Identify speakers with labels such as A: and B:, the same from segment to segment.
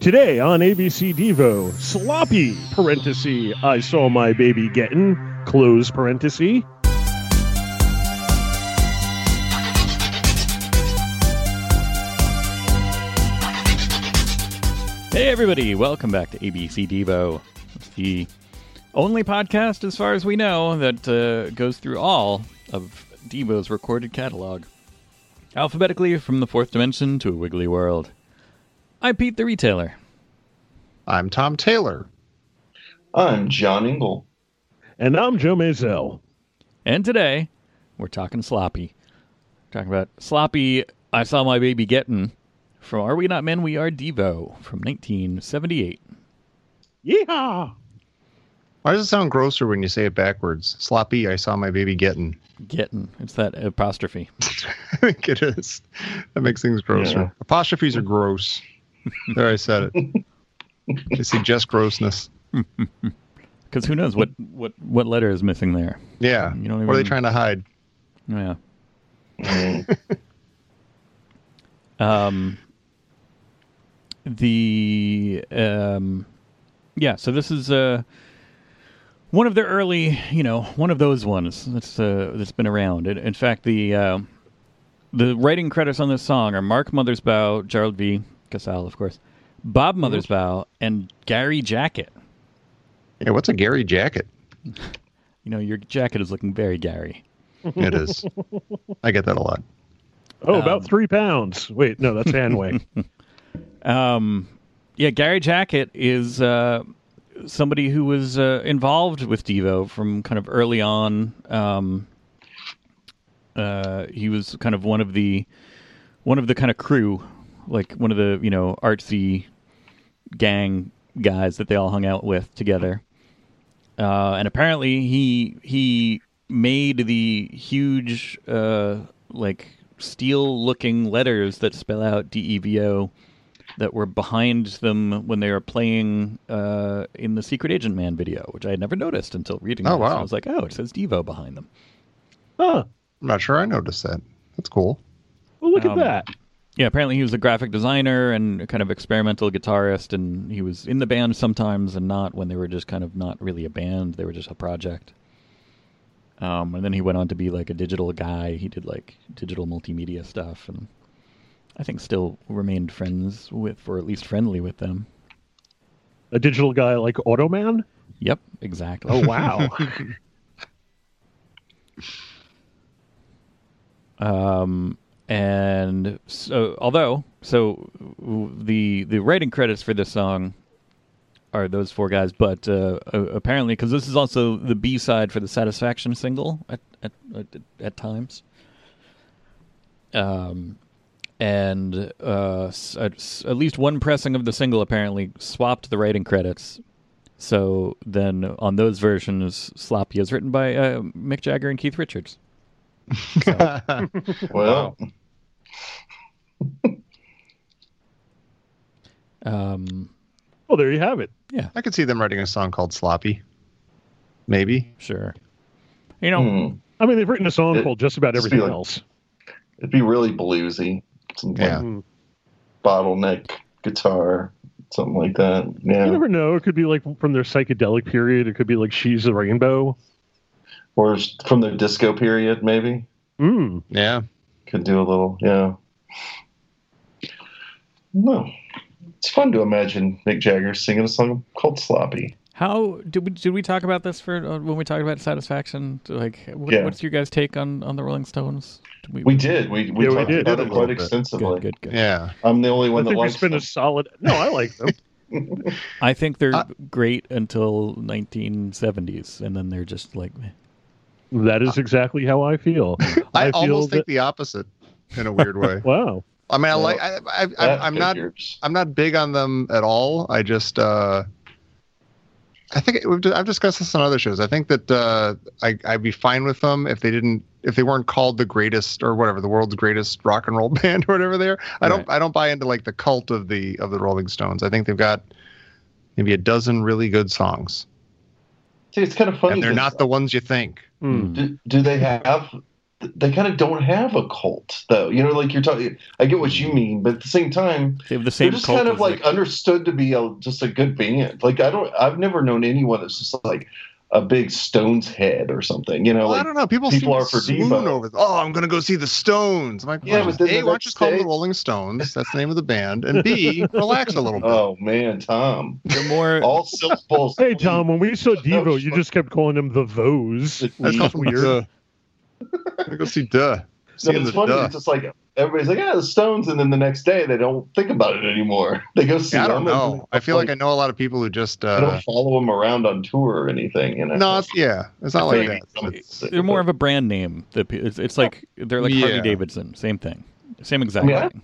A: Today on ABC Devo, sloppy parenthesis, I saw my baby getting, close parenthesis.
B: Hey, everybody, welcome back to ABC Devo. It's the only podcast, as far as we know, that uh, goes through all of Devo's recorded catalog, alphabetically from the fourth dimension to a wiggly world. I'm Pete the Retailer.
C: I'm Tom Taylor.
D: I'm Oh, John Ingle.
A: And I'm Joe Mazel.
B: And today, we're talking sloppy. We're talking about sloppy. I saw my baby getting from Are We Not Men? We Are Devo from 1978.
A: Yeehaw!
C: Why does it sound grosser when you say it backwards? Sloppy, I saw my baby getting.
B: Getting. It's that apostrophe.
C: I think it is. That makes things grosser.
D: Yeah.
C: Apostrophes are gross. there, I said it. They suggest grossness.
B: Because who knows what, what, what letter is missing there?
C: Yeah.
B: You don't
C: What are they
B: even-
C: trying to hide?
B: Yeah.
D: Mm.
B: Um, the um, yeah. So this is uh, one of their early, you know, one of those ones that's uh, that's been around. In, in fact, the uh, the writing credits on this song are Mark Mothersbaugh, Gerald V. Casale, of course, Bob Mothersbaugh, and Gary Jacket.
C: Yeah, what's a Gary jacket?
B: You know, your jacket is looking very Gary.
C: It is. I get that a lot.
A: Oh,
B: Um,
A: about three pounds. Wait, no, that's Hanway.
B: Um, yeah, Gary Jacket is uh, somebody who was uh, involved with Devo from kind of early on. Um, uh, he was kind of one of the one of the kind of crew, like one of the you know artsy gang guys that they all hung out with together. Uh, and apparently, he he made the huge uh, like steel looking letters that spell out D E V O that were behind them when they were playing uh, in the Secret Agent Man video, which I had never noticed until reading.
C: Oh,
B: this.
C: wow.
B: I was like, oh, it says Devo behind them.
A: huh.
C: I'm not sure I noticed that. That's cool.
A: Well, look
B: Um,
A: at that.
B: Yeah, apparently he was a graphic designer and kind of experimental guitarist, and he was in the band sometimes and not when they were just kind of not really a band; they were just a project. Um, and then he went on to be like a digital guy. He did like digital multimedia stuff, and I think still remained friends with, or at least friendly with them.
A: A digital guy like Automan?
B: Yep, exactly.
A: Oh, wow.
B: Um, and so, although, so w- the the writing credits for this song are those four guys, but uh, a- apparently, because this is also the B side for the Satisfaction single at at at, at times. Um, and uh, s- at, s- at least one pressing of the single apparently swapped the writing credits. So then, on those versions, "Sloppy" is written by uh, Mick Jagger and Keith Richards.
D: Well,
B: Um,
A: well, there you have it.
C: I could see them writing a song called Sloppy. Maybe.
B: Sure. You know,
D: hmm,
A: I mean, they've written a song
D: It-
A: called just about
D: just be
A: everything
D: like-
A: else. Hmm.
D: it'd be really bluesy. Some
C: Yeah.
D: like bottleneck guitar, something like that. Yeah.
A: You never know. It could be like from their psychedelic period. It could be like She's a Rainbow.
D: Or from the disco period, maybe.
A: Mm.
C: Yeah.
D: Could do a little, yeah. No. It's fun to imagine Mick Jagger singing a song called Sloppy.
B: how did we did we talk about this for uh, when we talked about satisfaction? Like, what,
D: Yeah.
B: what's your guys' take on on the Rolling Stones? Did
D: We did. We, we
A: Yeah, we
D: talked
A: did.
D: about
C: Did
D: it
C: a
D: quite
C: little bit.
D: extensively.
B: Good, good, good.
C: Yeah.
D: I'm the only
A: I
D: one that
A: think we
D: likes
A: spent a
D: them.
A: solid. No, I like them.
B: I think they're
C: Uh,
B: great until 1970s, and then they're just like, meh.
A: that is exactly how I feel.
C: I,
A: I feel
C: almost think
A: that-
C: the opposite in a weird way.
A: Wow.
C: I mean, I
D: Well,
C: like. I, I, I'm,
D: That
C: I'm not.
D: figures.
C: I'm not big on them at all. I just. Uh, I think it, we've, di- I've discussed this on other shows. I think that uh, I, I'd be fine with them if they didn't, if they weren't called the greatest or whatever, the world's greatest rock and roll band or whatever they are. I don't, I don't buy into like the cult of the of the Rolling Stones. I think they've got maybe a dozen really good songs,
D: See, it's kind of funny.
C: and they're
D: 'cause-
C: not the ones you think.
A: Hmm.
B: Mm.
D: Do, do they have they kind of don't have a cult though. You know, like you're talking. I get what you mean, but at the same time,
B: They have the Mm-hmm. same
D: they're just
B: cult
D: kind of
B: as,
D: like understood to be a, just a good band. Like I don't, I've never known anyone that's just like a big Stones head or something. You know,
C: Well, I
D: like
C: don't know. People, seem
D: people are
C: to
D: for
C: swoon
D: Devo.
C: over. Oh, I'm gonna go see the Stones. I'm like,
D: Yeah,
C: yeah,
D: but then
C: a,
D: the
C: why don't
D: next
C: you just call them
D: day-
C: the Rolling Stones? That's the name of the band. And B, relax a little bit.
D: oh man, Tom,
B: they're more
D: all syllables.
A: Hey, Tom, when we saw
D: No,
A: Devo, you
D: sure.
A: just kept calling them the Those.
D: That's
C: That's
A: That's
C: not
A: weird.
C: weird. I'm gonna go see Duh.
D: No,
C: Seeing
D: it's
C: the
D: funny.
C: Duh.
D: It's just like everybody's like, yeah, the Stones, and then the next day they don't think about it anymore. They go see.
C: Yeah, I
D: them
C: don't
D: and
C: know. I feel like I know a lot of people who just.
D: I
C: Uh,
D: don't follow them around on tour or anything. You know,
C: no, it's, yeah, it's not
B: I
C: like
B: feel
C: that. It's-
B: they're more of a brand name. The pe- It's, it's like they're like
C: Yeah.
B: Harley Davidson, same thing, same exact
D: Yeah.
B: thing.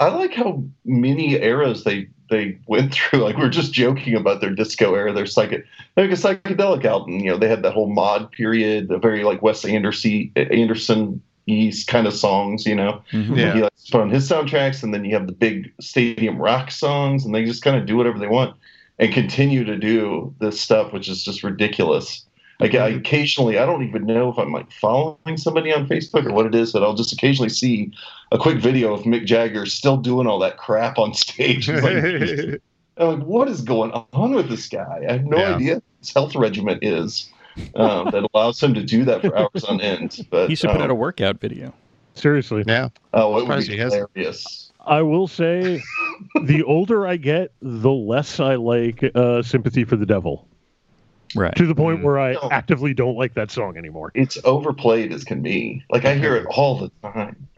D: I like how many eras they they went through. Like we are just joking about their disco era, their psych like a psychedelic album. You know, they had that whole mod period, the very like Wes Anderson Anderson East kind of songs. You know,
B: Mhm.
C: Yeah.
D: he like put on his soundtracks, and then you have the big stadium rock songs, and they just kind of do whatever they want and continue to do this stuff, which is just ridiculous. Like
B: Mm-hmm.
D: I occasionally, I don't even know if I'm like following somebody on Facebook or what it is, but I'll just occasionally see a quick video of Mick Jagger still doing all that crap on stage. It's like, I'm like, what is going on with this guy? I have no
C: Yeah.
D: idea what his health regimen is um, that allows him to do that for hours on end. But
B: He should put
D: um,
B: out a workout video.
A: Seriously.
C: yeah,
D: oh, it would
C: Surprised
D: be
C: he hasn't.
D: hilarious.
A: I will say, the older I get, the less I like uh, Sympathy for the Devil.
B: Right.
A: To the point
C: Mm.
A: where I
D: No.
A: actively don't like that song anymore.
D: it's overplayed as can be. Like I hear it all the time,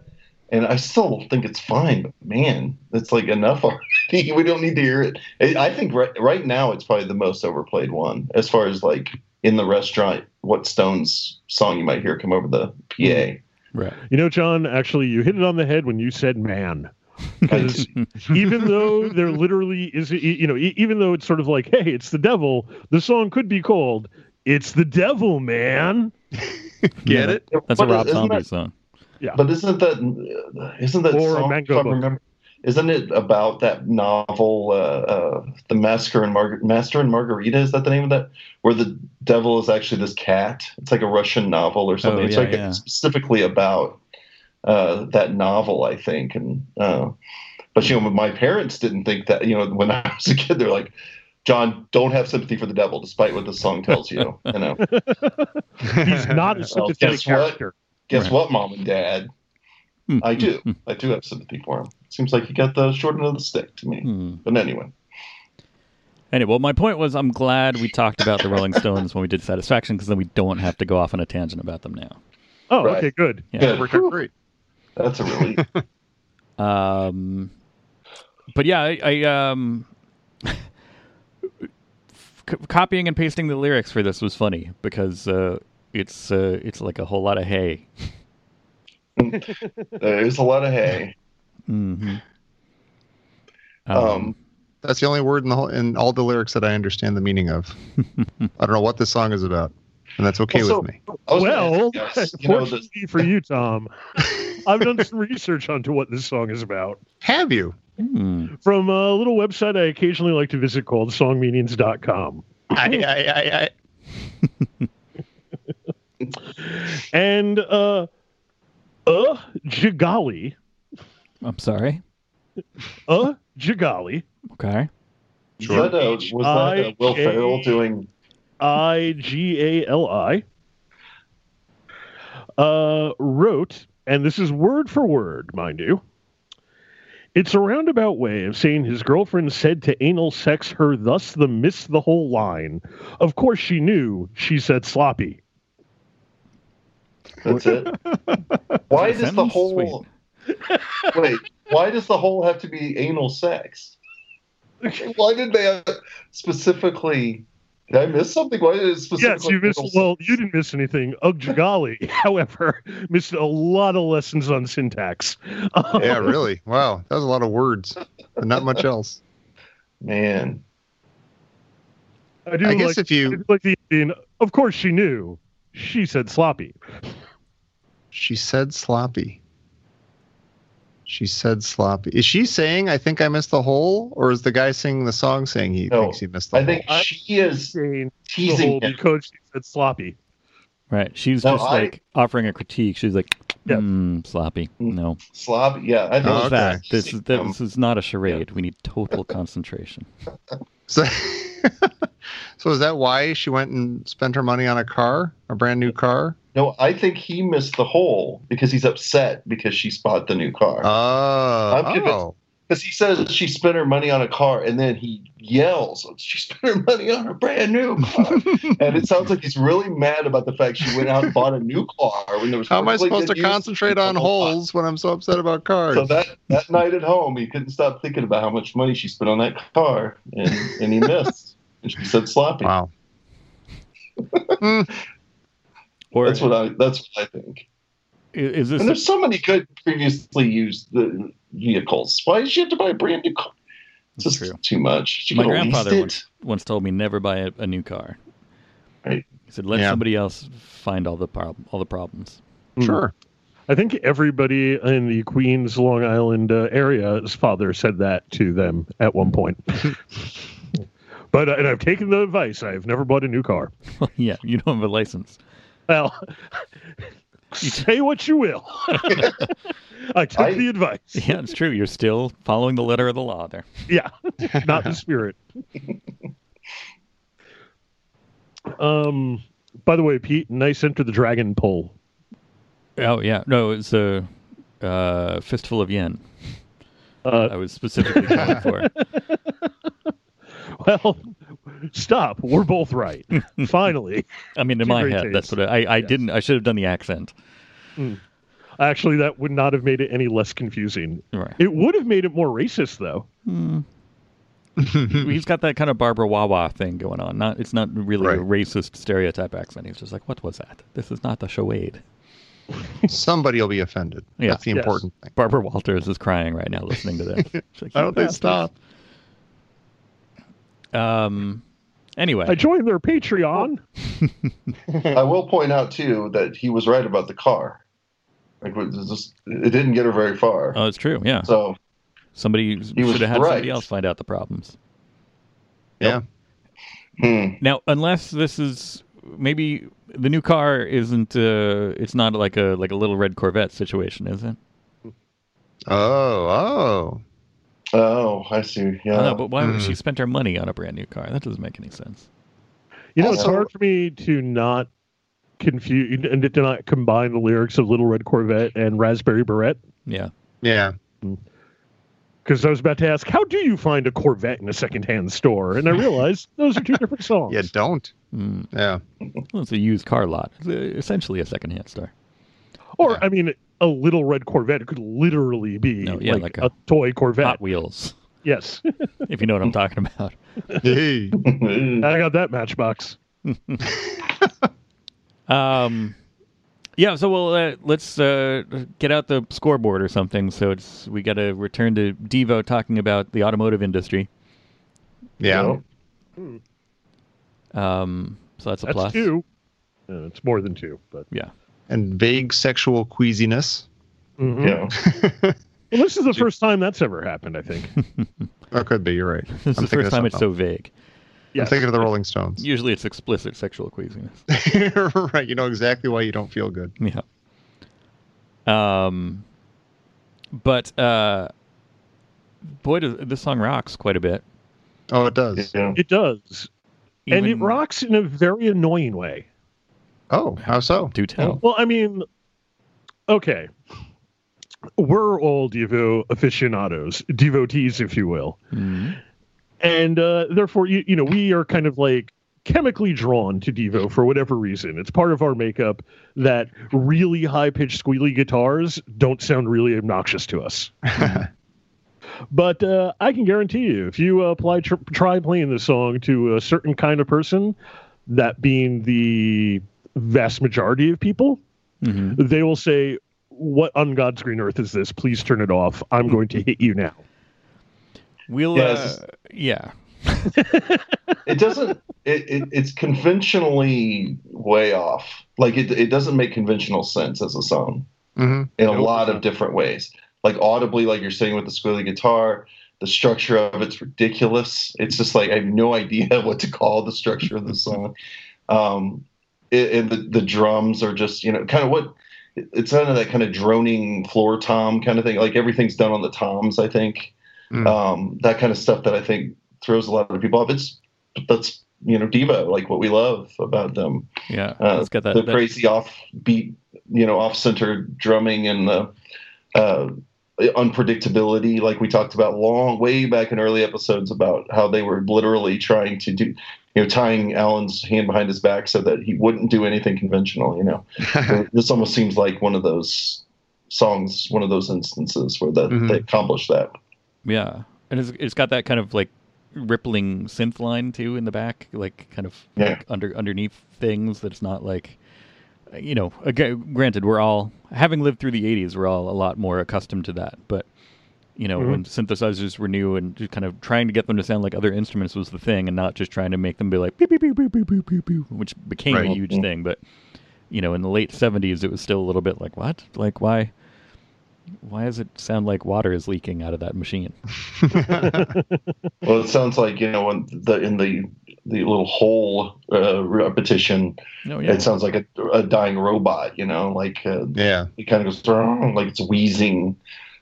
D: and I still think it's fine. But man, it's like enough already. We don't need to hear it. I I think right right now it's probably the most overplayed one as far as like in the restaurant. What Stones song you might hear come over the PA?
B: Right.
A: You know, John, actually, you hit it on the head when you said man. Because even though there literally is, you know, e- even though it's sort of like, hey, it's the devil, the song could be called, It's the Devil, Man.
C: get it?
B: That's a
D: What is-
B: Rob
D: isn't
B: Zombie
D: that-
B: song.
D: But isn't that isn't that
A: Or a
D: song,
A: Mango
D: if I
A: Book.
D: remember, isn't it about that novel, uh, uh, the Masker and Mar- Master and Margarita? Is that the name of that? Where the devil is actually this cat. It's like a Russian novel or something.
B: Oh,
D: it's
B: yeah,
D: like
B: yeah.
D: specifically about uh, that novel, I think. And uh, but you know, my parents didn't think that. You know, when I was a kid, they're like. John, don't have sympathy for the devil, despite what the song tells you. You know,
A: He's not a sympathetic
D: guess what?
A: character.
D: guess
B: Right.
D: what, mom and dad?
B: Hmm.
D: I do. I do have sympathy for him. Seems like he got the short end of the stick to me.
B: Hmm.
D: But anyway,
B: Anyway, well, my point was I'm glad we talked about the Rolling Stones when we did Satisfaction because then we don't have to go off on a tangent about them now.
A: Oh,
D: Right.
A: okay, good.
B: Yeah.
D: good.
C: Worked out great.
D: That's a uh, relief.
B: Um, but yeah, I, I um, c- copying and pasting the lyrics for this was funny because uh, it's uh, it's like a whole lot of hay.
D: There's a lot of hay.
B: hmm
D: Um,
C: That's the only word in the whole, in all the lyrics that I understand the meaning of. I don't know what this song is about, and that's okay
D: Also-
C: with me.
D: I was gonna
A: Well,
D: ask you guys, you know, the,
A: fortunately for you, Tom, I've done some research onto what this song is about
C: Have you?
B: hmm.
A: from a little website I occasionally like to visit called songmeanings.com.
C: I, I, I, I.
A: And uh uh Jigali,
B: I'm sorry.
A: uh Jigali,
B: Okay.
D: was that a, was that a Will
A: I-
D: Ferrell doing?
A: I G A L I uh wrote, and this is word for word, mind you. It's a roundabout way of saying his girlfriend said to anal sex her thus the miss the whole line. Of course she knew, she said sloppy.
D: That's it. Why
B: Is that
D: does the
B: sentence?
D: whole wait? Why does the whole have to be anal sex? Why did they have specifically? Did I miss something? Why did it
A: Yes,
D: specifically?
A: you missed
D: anal sex?
A: well, you didn't miss anything. Ugh Jigali, however, missed a lot of lessons on syntax.
C: Yeah, really. Wow, that was a lot of words, and not much else.
D: Man,
A: I do
C: I guess
A: like
C: if you,
A: It's like the Indian, of course she knew. She said sloppy.
C: she said sloppy. She said sloppy. Is she saying I think I missed the hole, or is the guy singing the song saying he
D: No,
C: thinks he missed the
D: I
C: hole?
D: think she is
A: Saying the
D: teasing
A: whole
D: him.
A: because she said sloppy.
B: Right. She's
D: No,
B: just
D: I-
B: like offering a critique. She's like,
A: Yeah.
B: mm, sloppy. No.
D: Slob, yeah, I know
C: Oh, okay.
B: That. This, is,
D: Um,
B: this is not a charade. We need total concentration.
C: So, so is that why she went and spent her money on a car, a brand new car?
D: no, I think he missed the hole because he's upset because she bought the new car.
C: Oh,
D: I'm convinced-
C: oh.
D: Because he says she spent her money on a car, and then he yells, "She spent her money on a brand new car," and it sounds like he's really mad about the fact she went out and bought a new car when there was.
C: How am I
D: perfectly
C: supposed to
D: good use
C: concentrate on
D: for the whole
C: holes when I'm so upset about cars?
D: So that that night at home, he couldn't stop thinking about how much money she spent on that car, and and he missed. and she said sloppy.
C: wow.
B: Or
D: That's what I. That's what I think.
B: is this
D: And there's so many good previously used the vehicles. Why did she have to buy a brand new car? It's
B: That's
D: just
B: true.
D: too much. She
B: My
D: could have leased
B: grandfather
D: it.
B: once, once told me never buy a, a new car.
D: Right.
B: He said let
C: Yeah.
B: somebody else find all the problem, all the problems.
C: Sure.
A: I think everybody in the Queens, Long Island uh, area's father said that to them at one point. but uh, and I've taken the advice. I've never bought a new car.
B: yeah, you don't have a license.
A: Well, say what you will. I took
D: I-
A: the advice.
B: Yeah, it's true. You're still following the letter of the law there.
A: Yeah, not the spirit. um. By the way, Pete, nice enter the dragon pull.
B: Oh yeah, no, it's a uh, fistful of yen.
A: Uh,
B: I was specifically going for.
A: well, stop. We're both right. Finally.
B: I mean, in
A: Two
B: my
A: great
B: head, that's
A: tastes.
B: what I, I, I didn't. I should have done the accent.
A: Actually, that would not have made it any less confusing.
B: Right.
A: It would have made it more racist, though.
B: Hmm.
C: Mm-hmm.
B: He's got that kind of Barbara Wawa thing going on. Not, it's not really a racist stereotype accent. He's just like, what was that? This is not the charade.
C: Somebody will be offended.
B: Yeah.
C: That's the
A: Yes.
C: important thing.
B: Barbara Walters is crying right now listening to this. She's like,
C: Why don't
B: "You
C: they stop?
B: bastards." Um. Anyway,
A: I joined their Patreon.
D: I will point out too that he was right about the car. Like it, was just, it didn't get her very far.
B: oh, it's true. Yeah,
D: so
B: somebody should
D: was
B: have had somebody
D: right.
B: else find out the problems.
C: Yeah.
D: hmm,
B: Now, unless this is maybe the new car isn't. Uh, it's not like a like a little red Corvette situation, is it?
C: Oh, oh.
D: oh, I see.
B: I
D: Yeah,
B: don't know, but why would
C: Hmm.
B: she spend her money on a brand new car? That doesn't make any sense.
A: You know, it's
D: Also-
A: hard for me to not confuse and to not combine the lyrics of Little Red Corvette and Raspberry Beret.
B: Yeah.
C: Yeah.
A: Because I was about to ask, how do you find a Corvette in a secondhand store? And I realized those are two different songs.
C: Yeah, don't.
B: Mm.
C: Yeah.
B: Well, it's a used car lot. It's uh essentially a secondhand store.
A: Or,
C: Yeah.
A: I mean, a Little Red Corvette could literally be
B: No, yeah,
A: like,
B: like
A: a,
B: a-
A: toy Corvette.
B: Hot Wheels,
A: Yes.
B: if you know what I'm talking about.
C: Hey.
A: I got that matchbox.
B: Um, yeah. So well, uh, let's uh, get out the scoreboard or something. So it's we got to return to Devo talking about the automotive industry.
C: Yeah.
D: No.
B: Um, so that's a
A: That's
B: plus.
A: two. Uh, it's more than two, but.
B: Yeah.
C: And vague sexual queasiness.
A: Mhm.
D: yeah.
A: Well, this is the first time that's ever happened, I think.
C: That could be. You're right.
B: This
C: I'm
B: is the first
C: thinking of
B: time it's so
C: something
B: vague.
A: Yes.
C: I'm thinking of the Rolling Stones.
B: Usually it's explicit sexual queasiness.
C: right. You know exactly why you don't feel good.
B: yeah. Um, but uh, boy, does, this song rocks quite a bit.
C: Oh, it does.
D: yeah.
A: It does. and it
B: Even-
A: rocks in a very annoying way.
C: Oh, how so?
B: Do tell.
A: Well, I mean, okay. We're all Devo aficionados, devotees, if you will.
B: Mhm.
A: And uh, therefore, you, you know, we are kind of like chemically drawn to Devo for whatever reason. It's part of our makeup that really high pitched, squealy guitars don't sound really obnoxious to us. But uh, I can guarantee you, if you uh, apply tr- try playing this song to a certain kind of person, that being the vast majority of people,
B: Mhm.
A: they will say, "What on God's green earth is this? Please turn it off. I'm going to hit you now."
B: We'll.
D: Yeah,
B: Uh,
D: it's-
B: yeah.
D: It doesn't. It, it it's conventionally way off. Like it it doesn't make conventional sense as a song
C: hmm
D: in a
A: Nope.
D: lot of different ways. Like audibly, like you're saying with the squealy guitar. The structure of it's ridiculous. It's just like I have no idea what to call the structure of the song. Um, it, and the, the drums are just you know kind of what it's kind of that kind of droning floor tom kind of thing. Like everything's done on the toms, I think.
C: Mm.
D: Um, that kind of stuff that I think throws a lot of people off. It's that's you know Devo, like what we love about them.
B: Yeah,
D: Uh,
B: let's get that.
D: the
B: that-
D: crazy off beat, you know, off center drumming and the uh, unpredictability, like we talked about long way back in early episodes about how they were literally trying to do, you know, tying Allen's hand behind his back so that he wouldn't do anything conventional. You know, this almost seems like one of those songs, one of those instances where that
B: Mm-hmm.
C: Mhm.
D: they accomplished that.
B: yeah, and it's it's got that kind of like rippling synth line too in the back, like kind of
D: Yeah.
B: like under underneath things that's not like you know. Again, granted, we're all having lived through the '80s, we're all a lot more accustomed to that, but. You know,
D: Mm-hmm.
A: Mhm.
B: when synthesizers were new and just kind of trying to get them to sound like other instruments was the thing, and not just trying to make them be like beep beep beep beep beep beep beep, beep which became
C: Right.
B: a
D: Mm-hmm.
B: huge thing. But you know, in the late '70s, it was still a little bit like what, like why, why does it sound like water is leaking out of that machine?
C: Mm-hmm.
A: Uh-huh.
D: Well, it sounds like you know, in the in the the little hole uh, repetition,
B: No, Oh, yeah,
D: it sounds like a, a dying robot. You know, like uh,
C: yeah,
D: it kind of goes "Throng," like it's wheezing.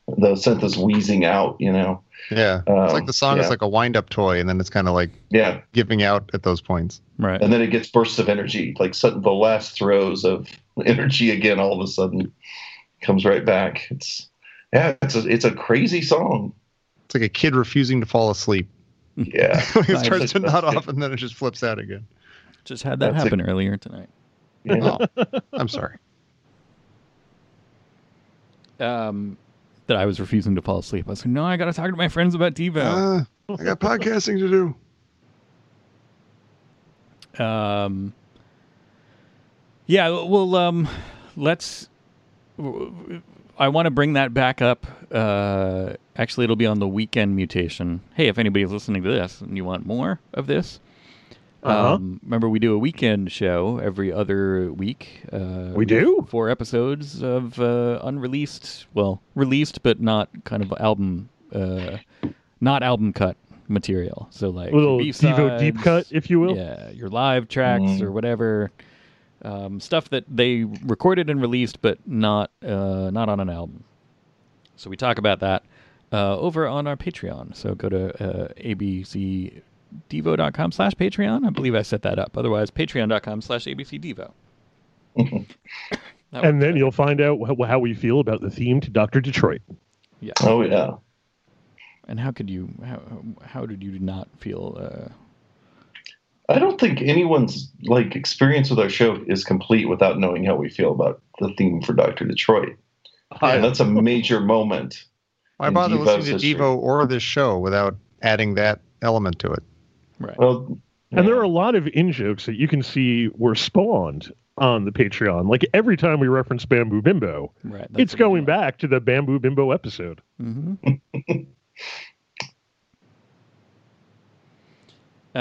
D: The synth is wheezing out. You know,
C: yeah.
D: um,
C: It's like the song
D: yeah,
C: is like a wind-up toy, and then it's kind of like
D: yeah,
C: giving out at those points.
B: right.
D: and then it gets bursts of energy, like sudden the last throws of energy again. All of a sudden, comes right back. It's yeah, it's a it's a crazy song.
C: It's like a kid refusing to fall asleep.
D: Yeah,
C: it
B: Nice.
C: starts to
D: That's
C: nod
D: good.
C: off, and then it just flips out again.
B: Just had that
D: That's a-
B: happen earlier tonight.
D: yeah.
C: Oh, I'm sorry.
B: Um, that I was refusing to fall asleep. I was like, no, I got to talk to my friends about Devo.
C: Uh, I got podcasting to do.
B: Um, yeah, well, um, let's. I want to bring that back up. Uh, actually, it'll be on the weekend mutation. Hey, if anybody's listening to this and you want more of this,
A: Uh-huh.
B: um, remember we do a weekend show every other week. Uh,
A: We do?
B: four episodes of uh, unreleased, well, released but not kind of album, uh, not album cut material. So like
A: little Devo
B: B-sides,
A: deep cut, if you will. Mm.
B: yeah, your live tracks
D: Mhm.
B: or whatever um, stuff that they recorded and released, but not uh, not on an album. So we talk about that uh, over on our Patreon. So go to uh, abcdevo.com slash Patreon. I believe I set that up. Otherwise, patreon.com slash abcdevo. That
A: And
B: works
A: then
B: out.
A: you'll find out wh- how we feel about the theme to Dr. Detroit.
B: yeah.
D: Oh yeah.
B: And how could you? How how did you not feel? Uh,
D: I don't think anyone's like experience with our show is complete without knowing how we feel about the theme for Doctor Detroit. And that's a major moment.
C: Why
D: In
C: bother
D: Devo's
C: listening to
D: history.
C: Devo or this show without adding that element to it?
B: right.
D: Well,
A: And there are a lot of in jokes that you can see were spawned on the Patreon. Like every time we reference Bamboo Bimbo,
B: right.
A: it's going back to the Bamboo Bimbo episode.
B: Mm-hmm.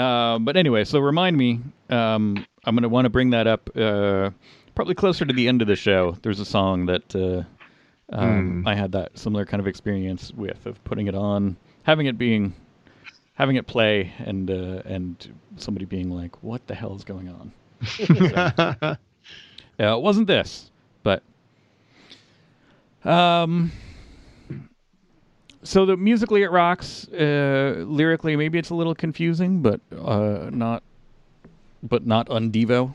B: uh, but anyway, so remind me. Um, I'm going to want to bring that up uh, probably closer to the end of the show. There's a song that uh, um, I had that similar kind of experience with of putting it on, having it being, having it play, and uh, and somebody being like, "What the hell is going on?" Uh, it wasn't this, but um, so the musically it rocks. Uh, lyrically, maybe it's a little confusing, but uh, not, but not undevo.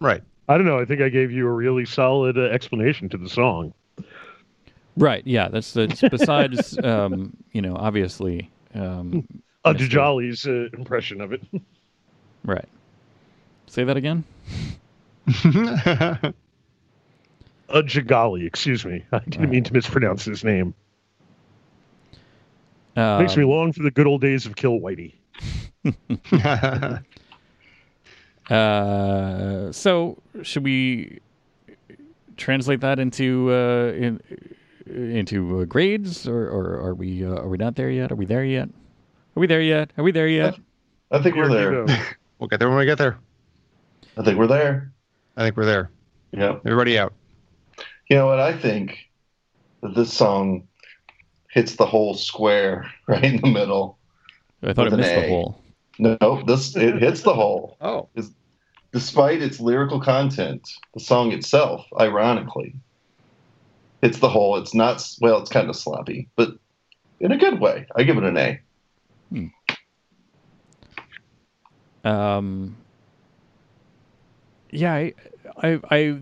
C: right.
A: I don't know. I think I gave you a really solid uh, explanation to the song.
B: Right? Yeah. That's that's besides um, you know obviously um,
A: Uh,
B: Yes, sir.
A: Djali's uh, impression of it.
B: right. Say that again.
A: Uh, Jagali, excuse me. I didn't mean to mispronounce his name.
B: Um,
A: Makes me long for the good old days of Kill Whitey.
B: Uh, so should we translate that into uh, in, into uh, grades, or, or are we uh, are we not there yet? Are we there yet? Are we there yet? Are we there yet?
D: I think we're there.
A: Devo.
C: we'll get there when we get there.
D: I think we're there.
C: I think we're there.
D: Yeah.
C: Everybody out.
D: You know what? I think that this song hits the whole square right in the middle.
B: I thought
D: With
B: it
D: an
B: missed the
D: A.
B: hole.
D: No, this it hits the hole.
C: Oh.
D: Despite its lyrical content, the song itself, ironically, it's the whole. It's not well. It's kind of sloppy, but in a good way. I give it an A.
B: Um, yeah, I, I, I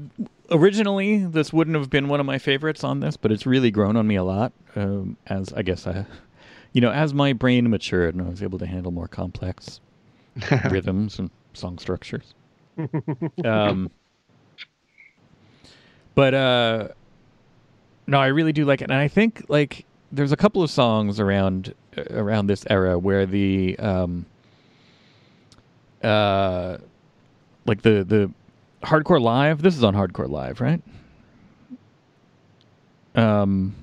B: originally this wouldn't have been one of my favorites on this, but it's really grown on me a lot. Um, as I guess I, you know, as my brain matured and I was able to handle more complex rhythms and song structures. um, but uh, no, I really do like it, and I think like there's a couple of songs around uh, around this era where the um, uh, like the the hardcore live. This is on hardcore live, right? Um,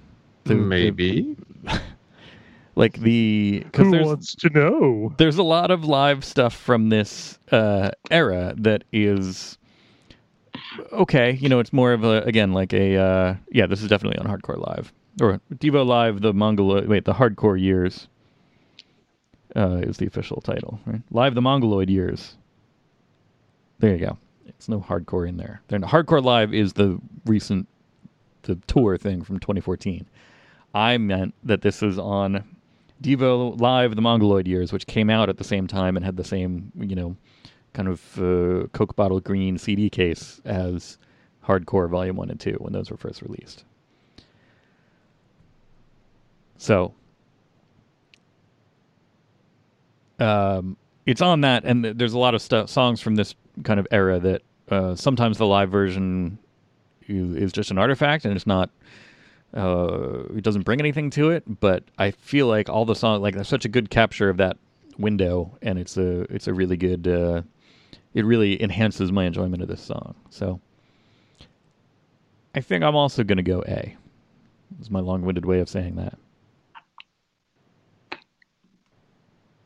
B: the- the-
C: Maybe.
B: like the because
A: Who
B: there's
A: wants to know?
B: there's a lot of live stuff from this uh, era that is okay. You know, it's more of a again like a uh, yeah. This is definitely on hardcore live or Devo Live. The Mongoloid wait the hardcore years uh, is the official title. Right, live the Mongoloid years. There you go. It's no hardcore in there. Then hardcore live is the recent the tour thing from 2014. I meant that this is on Devo Live the Mongoloid Years, which came out at the same time and had the same, you know, kind of uh, Coke bottle green CD case as Hardcore Volume 1 and 2 when those were first released. So, um, it's on that, and th- there's a lot of stuff, songs from this kind of era that uh, sometimes the live version i- is just an artifact and it's not uh, it doesn't bring anything to it, but I feel like all the song like that's such a good capture of that window, and it's a it's a really good. Uh, it really enhances my enjoyment of this song. So I think I'm also going to go A. Is my long-winded way of saying that.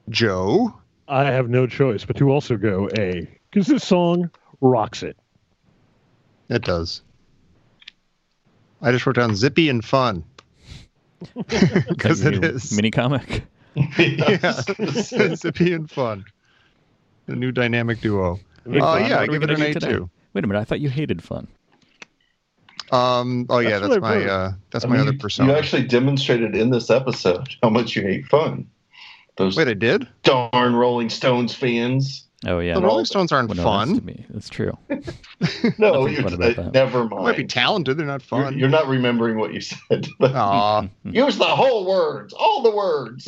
C: Joe.
A: I have no choice but to also go A because this song rocks it.
C: It does. I just wrote down zippy and fun. Because
B: Like a
C: it
B: new
C: is.
B: mini comic.
C: yeah. zippy and fun. The new dynamic duo.
A: Hey,
C: Oh,
B: Fun, what
C: yeah.
B: are
C: I
B: we
C: give it
B: gonna
C: an
B: do
C: A,
B: today?
C: too.
B: Wait a minute, I thought you hated fun.
C: Um, oh, yeah.
A: That's
C: That's,
A: what I
C: my
A: wrote.
C: uh, that's
D: I
C: my
D: mean,
C: other
D: you-
C: persona.
D: You actually demonstrated in this episode how much you hate fun. Those
C: Wait, I did?
D: darn Rolling Stones fans.
B: Oh yeah,
C: The
B: Well,
C: Rolling Stones aren't
B: no,
C: fun.
B: That's, to me. that's true.
D: No,
B: Nothing
D: you
B: fun about that.
D: never
C: They might be
D: mind.
C: talented. They're not
D: You're,
C: fun.
D: you're not remembering what you said.
C: Aw.
D: Use the whole words, all the words.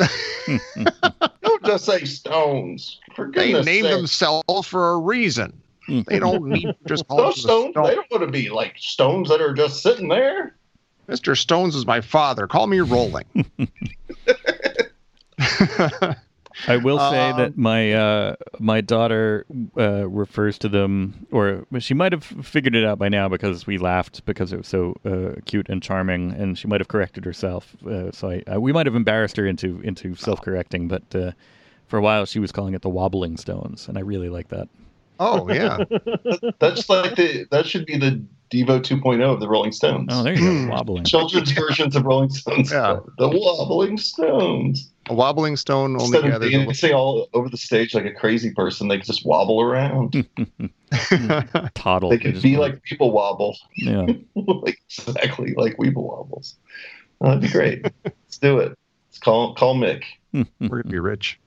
D: Don't just say stones. For
C: they
D: goodness
C: named
D: sake.
C: themselves for a reason.
A: Hmm.
C: They don't need just call
D: Those
C: themselves
D: stones,
C: Stones.
D: they don't want to be like stones that are just sitting there.
C: Mr. Stones is my father. Call me Rolling.
B: I will say
C: Um,
B: that my uh, my daughter uh, refers to them, or she might have figured it out by now because we laughed because it was so uh, cute and charming, and she might have corrected herself. Uh, so I, uh, we might have embarrassed her into into self correcting, but uh, for a while she was calling it the wobbling stones, and I really like that.
C: oh, yeah.
D: That's like the that should be the Devo 2.0 of the Rolling Stones.
B: Oh, there you
C: Hmm.
B: go, wobbling.
D: Children's versions of Rolling Stones.
C: Yeah.
D: The wobbling stones.
C: A wobbling stone only
D: Instead of
C: gathers. a little-
D: dancing all over the stage like a crazy person, they could just wobble around.
B: Toddle.
D: They
B: They
D: could
B: just
D: be
B: go-
D: like people wobble,
B: yeah.
D: like exactly like Weeble wobbles. Oh, That'd be great. Let's do it. Let's call call Mick.
C: We're gonna be rich.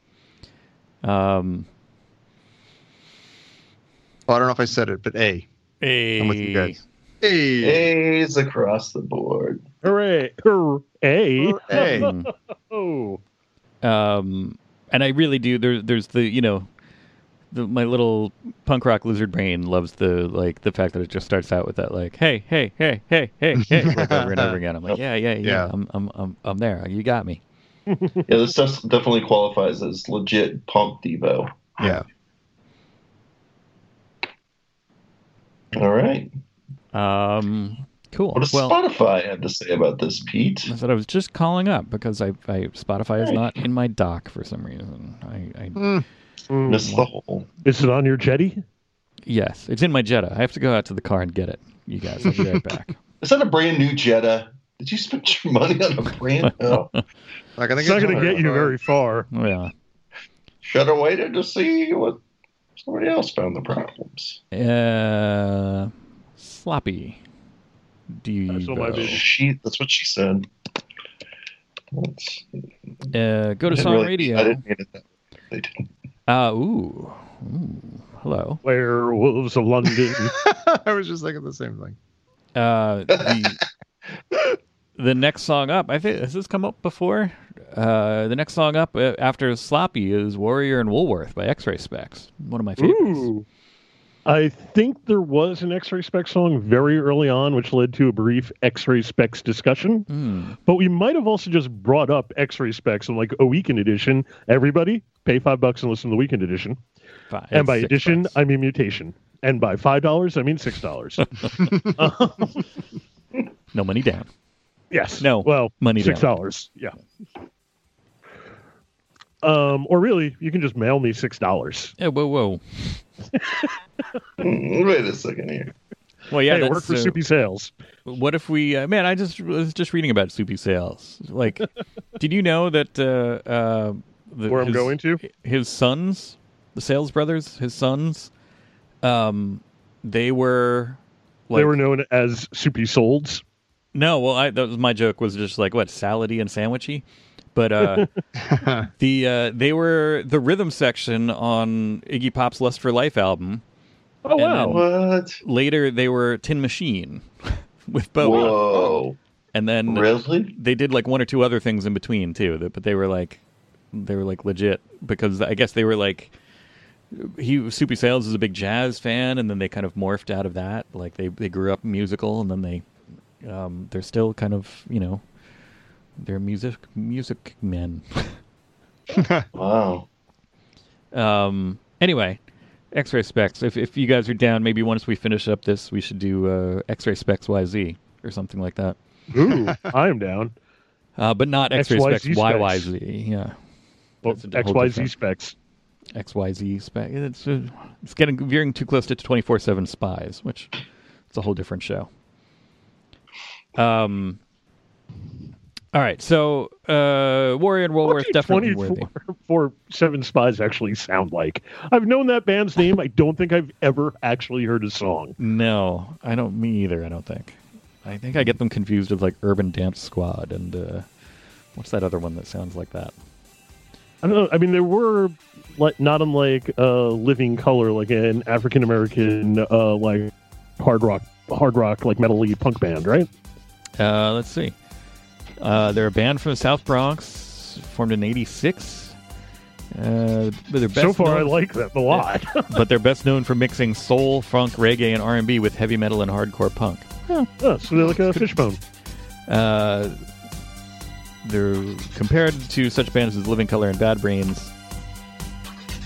B: Um,
C: Well, I don't know if I said it, but A. I'm with you guys. A.
D: A's across the board.
A: Hooray! Hooray!
C: Hooray.
B: Hmm.
A: Oh,
B: um, and I really do. There, there's the you know, the, my little punk rock lizard brain loves the like the fact that it just starts out with that like hey hey hey hey hey hey like, over and over again. I'm like yeah yeah yeah,
C: Yeah.
B: I'm, I'm I'm I'm there. You got me.
D: Yeah, this stuff definitely qualifies as legit punk Devo.
C: Yeah.
D: All right.
B: Um, cool.
D: What does
B: Well,
D: Spotify have to say about this, Pete?
B: that's what I was just calling up because I, I Spotify is
D: Hey.
B: not in my dock for some reason. I, I
C: Mm,
A: Mm.
D: Miss the whole.
A: is it on your jetty?
B: yes, it's in my Jetta. I have to go out to the car and get it. You guys, I'll be right back.
D: Is that a brand new Jetta? Did you spend your money on a brand? No.
C: like, I think
A: It's not going to
C: another,
A: get you
C: uh,
A: very far.
B: Yeah.
D: Should have waited to see what Somebody else found the problems.
B: Uh, sloppy. Devo.
A: what my vision-
D: She. That's what she said. Let's-
B: Uh, go to
D: I didn't
B: Song
D: really- I
B: Radio.
D: didn't mean it that way. They didn't.
B: Uh, ooh. Ooh. Hello.
A: Werewolves of London.
C: I was just thinking the same thing.
B: Uh, the the next song up, I think has this come up before. Uh, the next song up uh, after Sloppy is Warrior and Woolworth by X-Ray Specs. One of my favorites.
A: Ooh. I think there was an X-ray spec song very early on, which led to a brief X-ray specs discussion.
B: Hmm.
A: But we might have also just brought up X-ray specs in like a weekend edition. Everybody, pay five bucks and listen to the weekend edition.
B: Five,
A: and by
B: six
A: edition,
B: bucks.
A: I mean mutation. And by five dollars, I mean six dollars.
B: no money down.
A: yes.
B: No,
A: Well,
B: money
A: six
B: down.
A: dollars. Yeah. Um, or really, you can just mail me six dollars.
B: Yeah, Uh, whoa, whoa.
D: Mm, Wait a second here.
B: Well, yeah.
A: hey,
B: that's,
A: work for
B: uh,
A: Soupy Sales.
B: What if we? Uh, man, I just was just reading about Soupy Sales. Like, did you know that? Uh, uh, the,
A: Where I'm
B: his-
A: going to?
B: his sons, the Sales brothers, his sons, um, they were like
A: they were known as Soupy Solds.
B: no. Well, I, that was my joke was just like what salady and sandwichy, but uh, the uh, they were the rhythm section on Iggy Pop's Lust for Life album.
A: Oh
B: And
A: wow!
D: What?
B: Later, they were Tin Machine with Bowie,
D: Whoa!
B: and then
D: Really?
B: they did like one or two other things in between too that, but they were like they were like legit because i guess they were like he soupy sales is a big jazz fan and then they kind of morphed out of that like they they grew up musical and then they um they're still kind of you know they're music music men
D: Wow.
B: um anyway x-ray specs if if you guys are down maybe once we finish up this we should do uh x-ray specs yz or something like that
A: Ooh, I am down.
B: uh but not x-ray specs
A: XYZ specs.
B: yyz yeah
A: Well,
B: That's a
A: X
B: whole
A: Y Z
B: different-
A: specs.
B: XYZ spec. It's, uh, it's getting veering too close to 24 7 spies, which it's a whole different show. Um, all right. So, uh, Warrior and Woolworth definitely worthy.
A: for Seven Spies actually sound like? I've known that band's name. I don't think I've ever actually heard a song.
B: No, I don't, me either, I don't think. I think I get them confused with like Urban Dance Squad and, uh, what's that other one that sounds like that?
A: I don't know. I mean, there were like not unlike uh, Living Color, like an African American uh, like hard rock, hard rock like metally punk band, right?
B: Uh, let's see. Uh, they're a band from the South Bronx, formed in '86. Uh, but they're best
A: so far, I
B: known-
A: like them a lot.
B: but they're best known for mixing soul, funk, reggae, and R&B with heavy metal and hardcore punk.
A: Oh, so they're like a fishbone.
B: Uh, they're compared to such bands as Living Color and Bad Brains.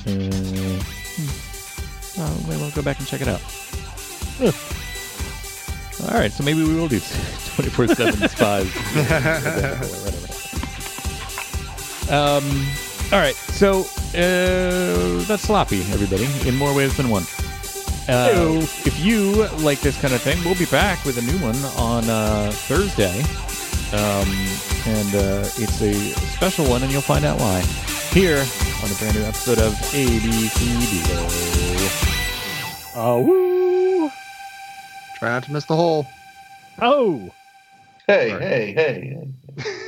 B: Uh, hmm. oh, we will go back and check it out.
A: Huh.
B: All right, so maybe we will do 24/7 spies. Whatever. um, all right, so uh, that's sloppy, everybody, in more ways than one. Uh, if you like this kind of thing, we'll be back with a new one on uh, Thursday. Um, and uh, it's a special one, and you'll find out why here on a brand new episode of ABC Duo. Oh,
A: Uh, woo!
C: Try not to miss the hole.
A: Oh.
D: Hey,
C: Right.
D: hey, hey, hey.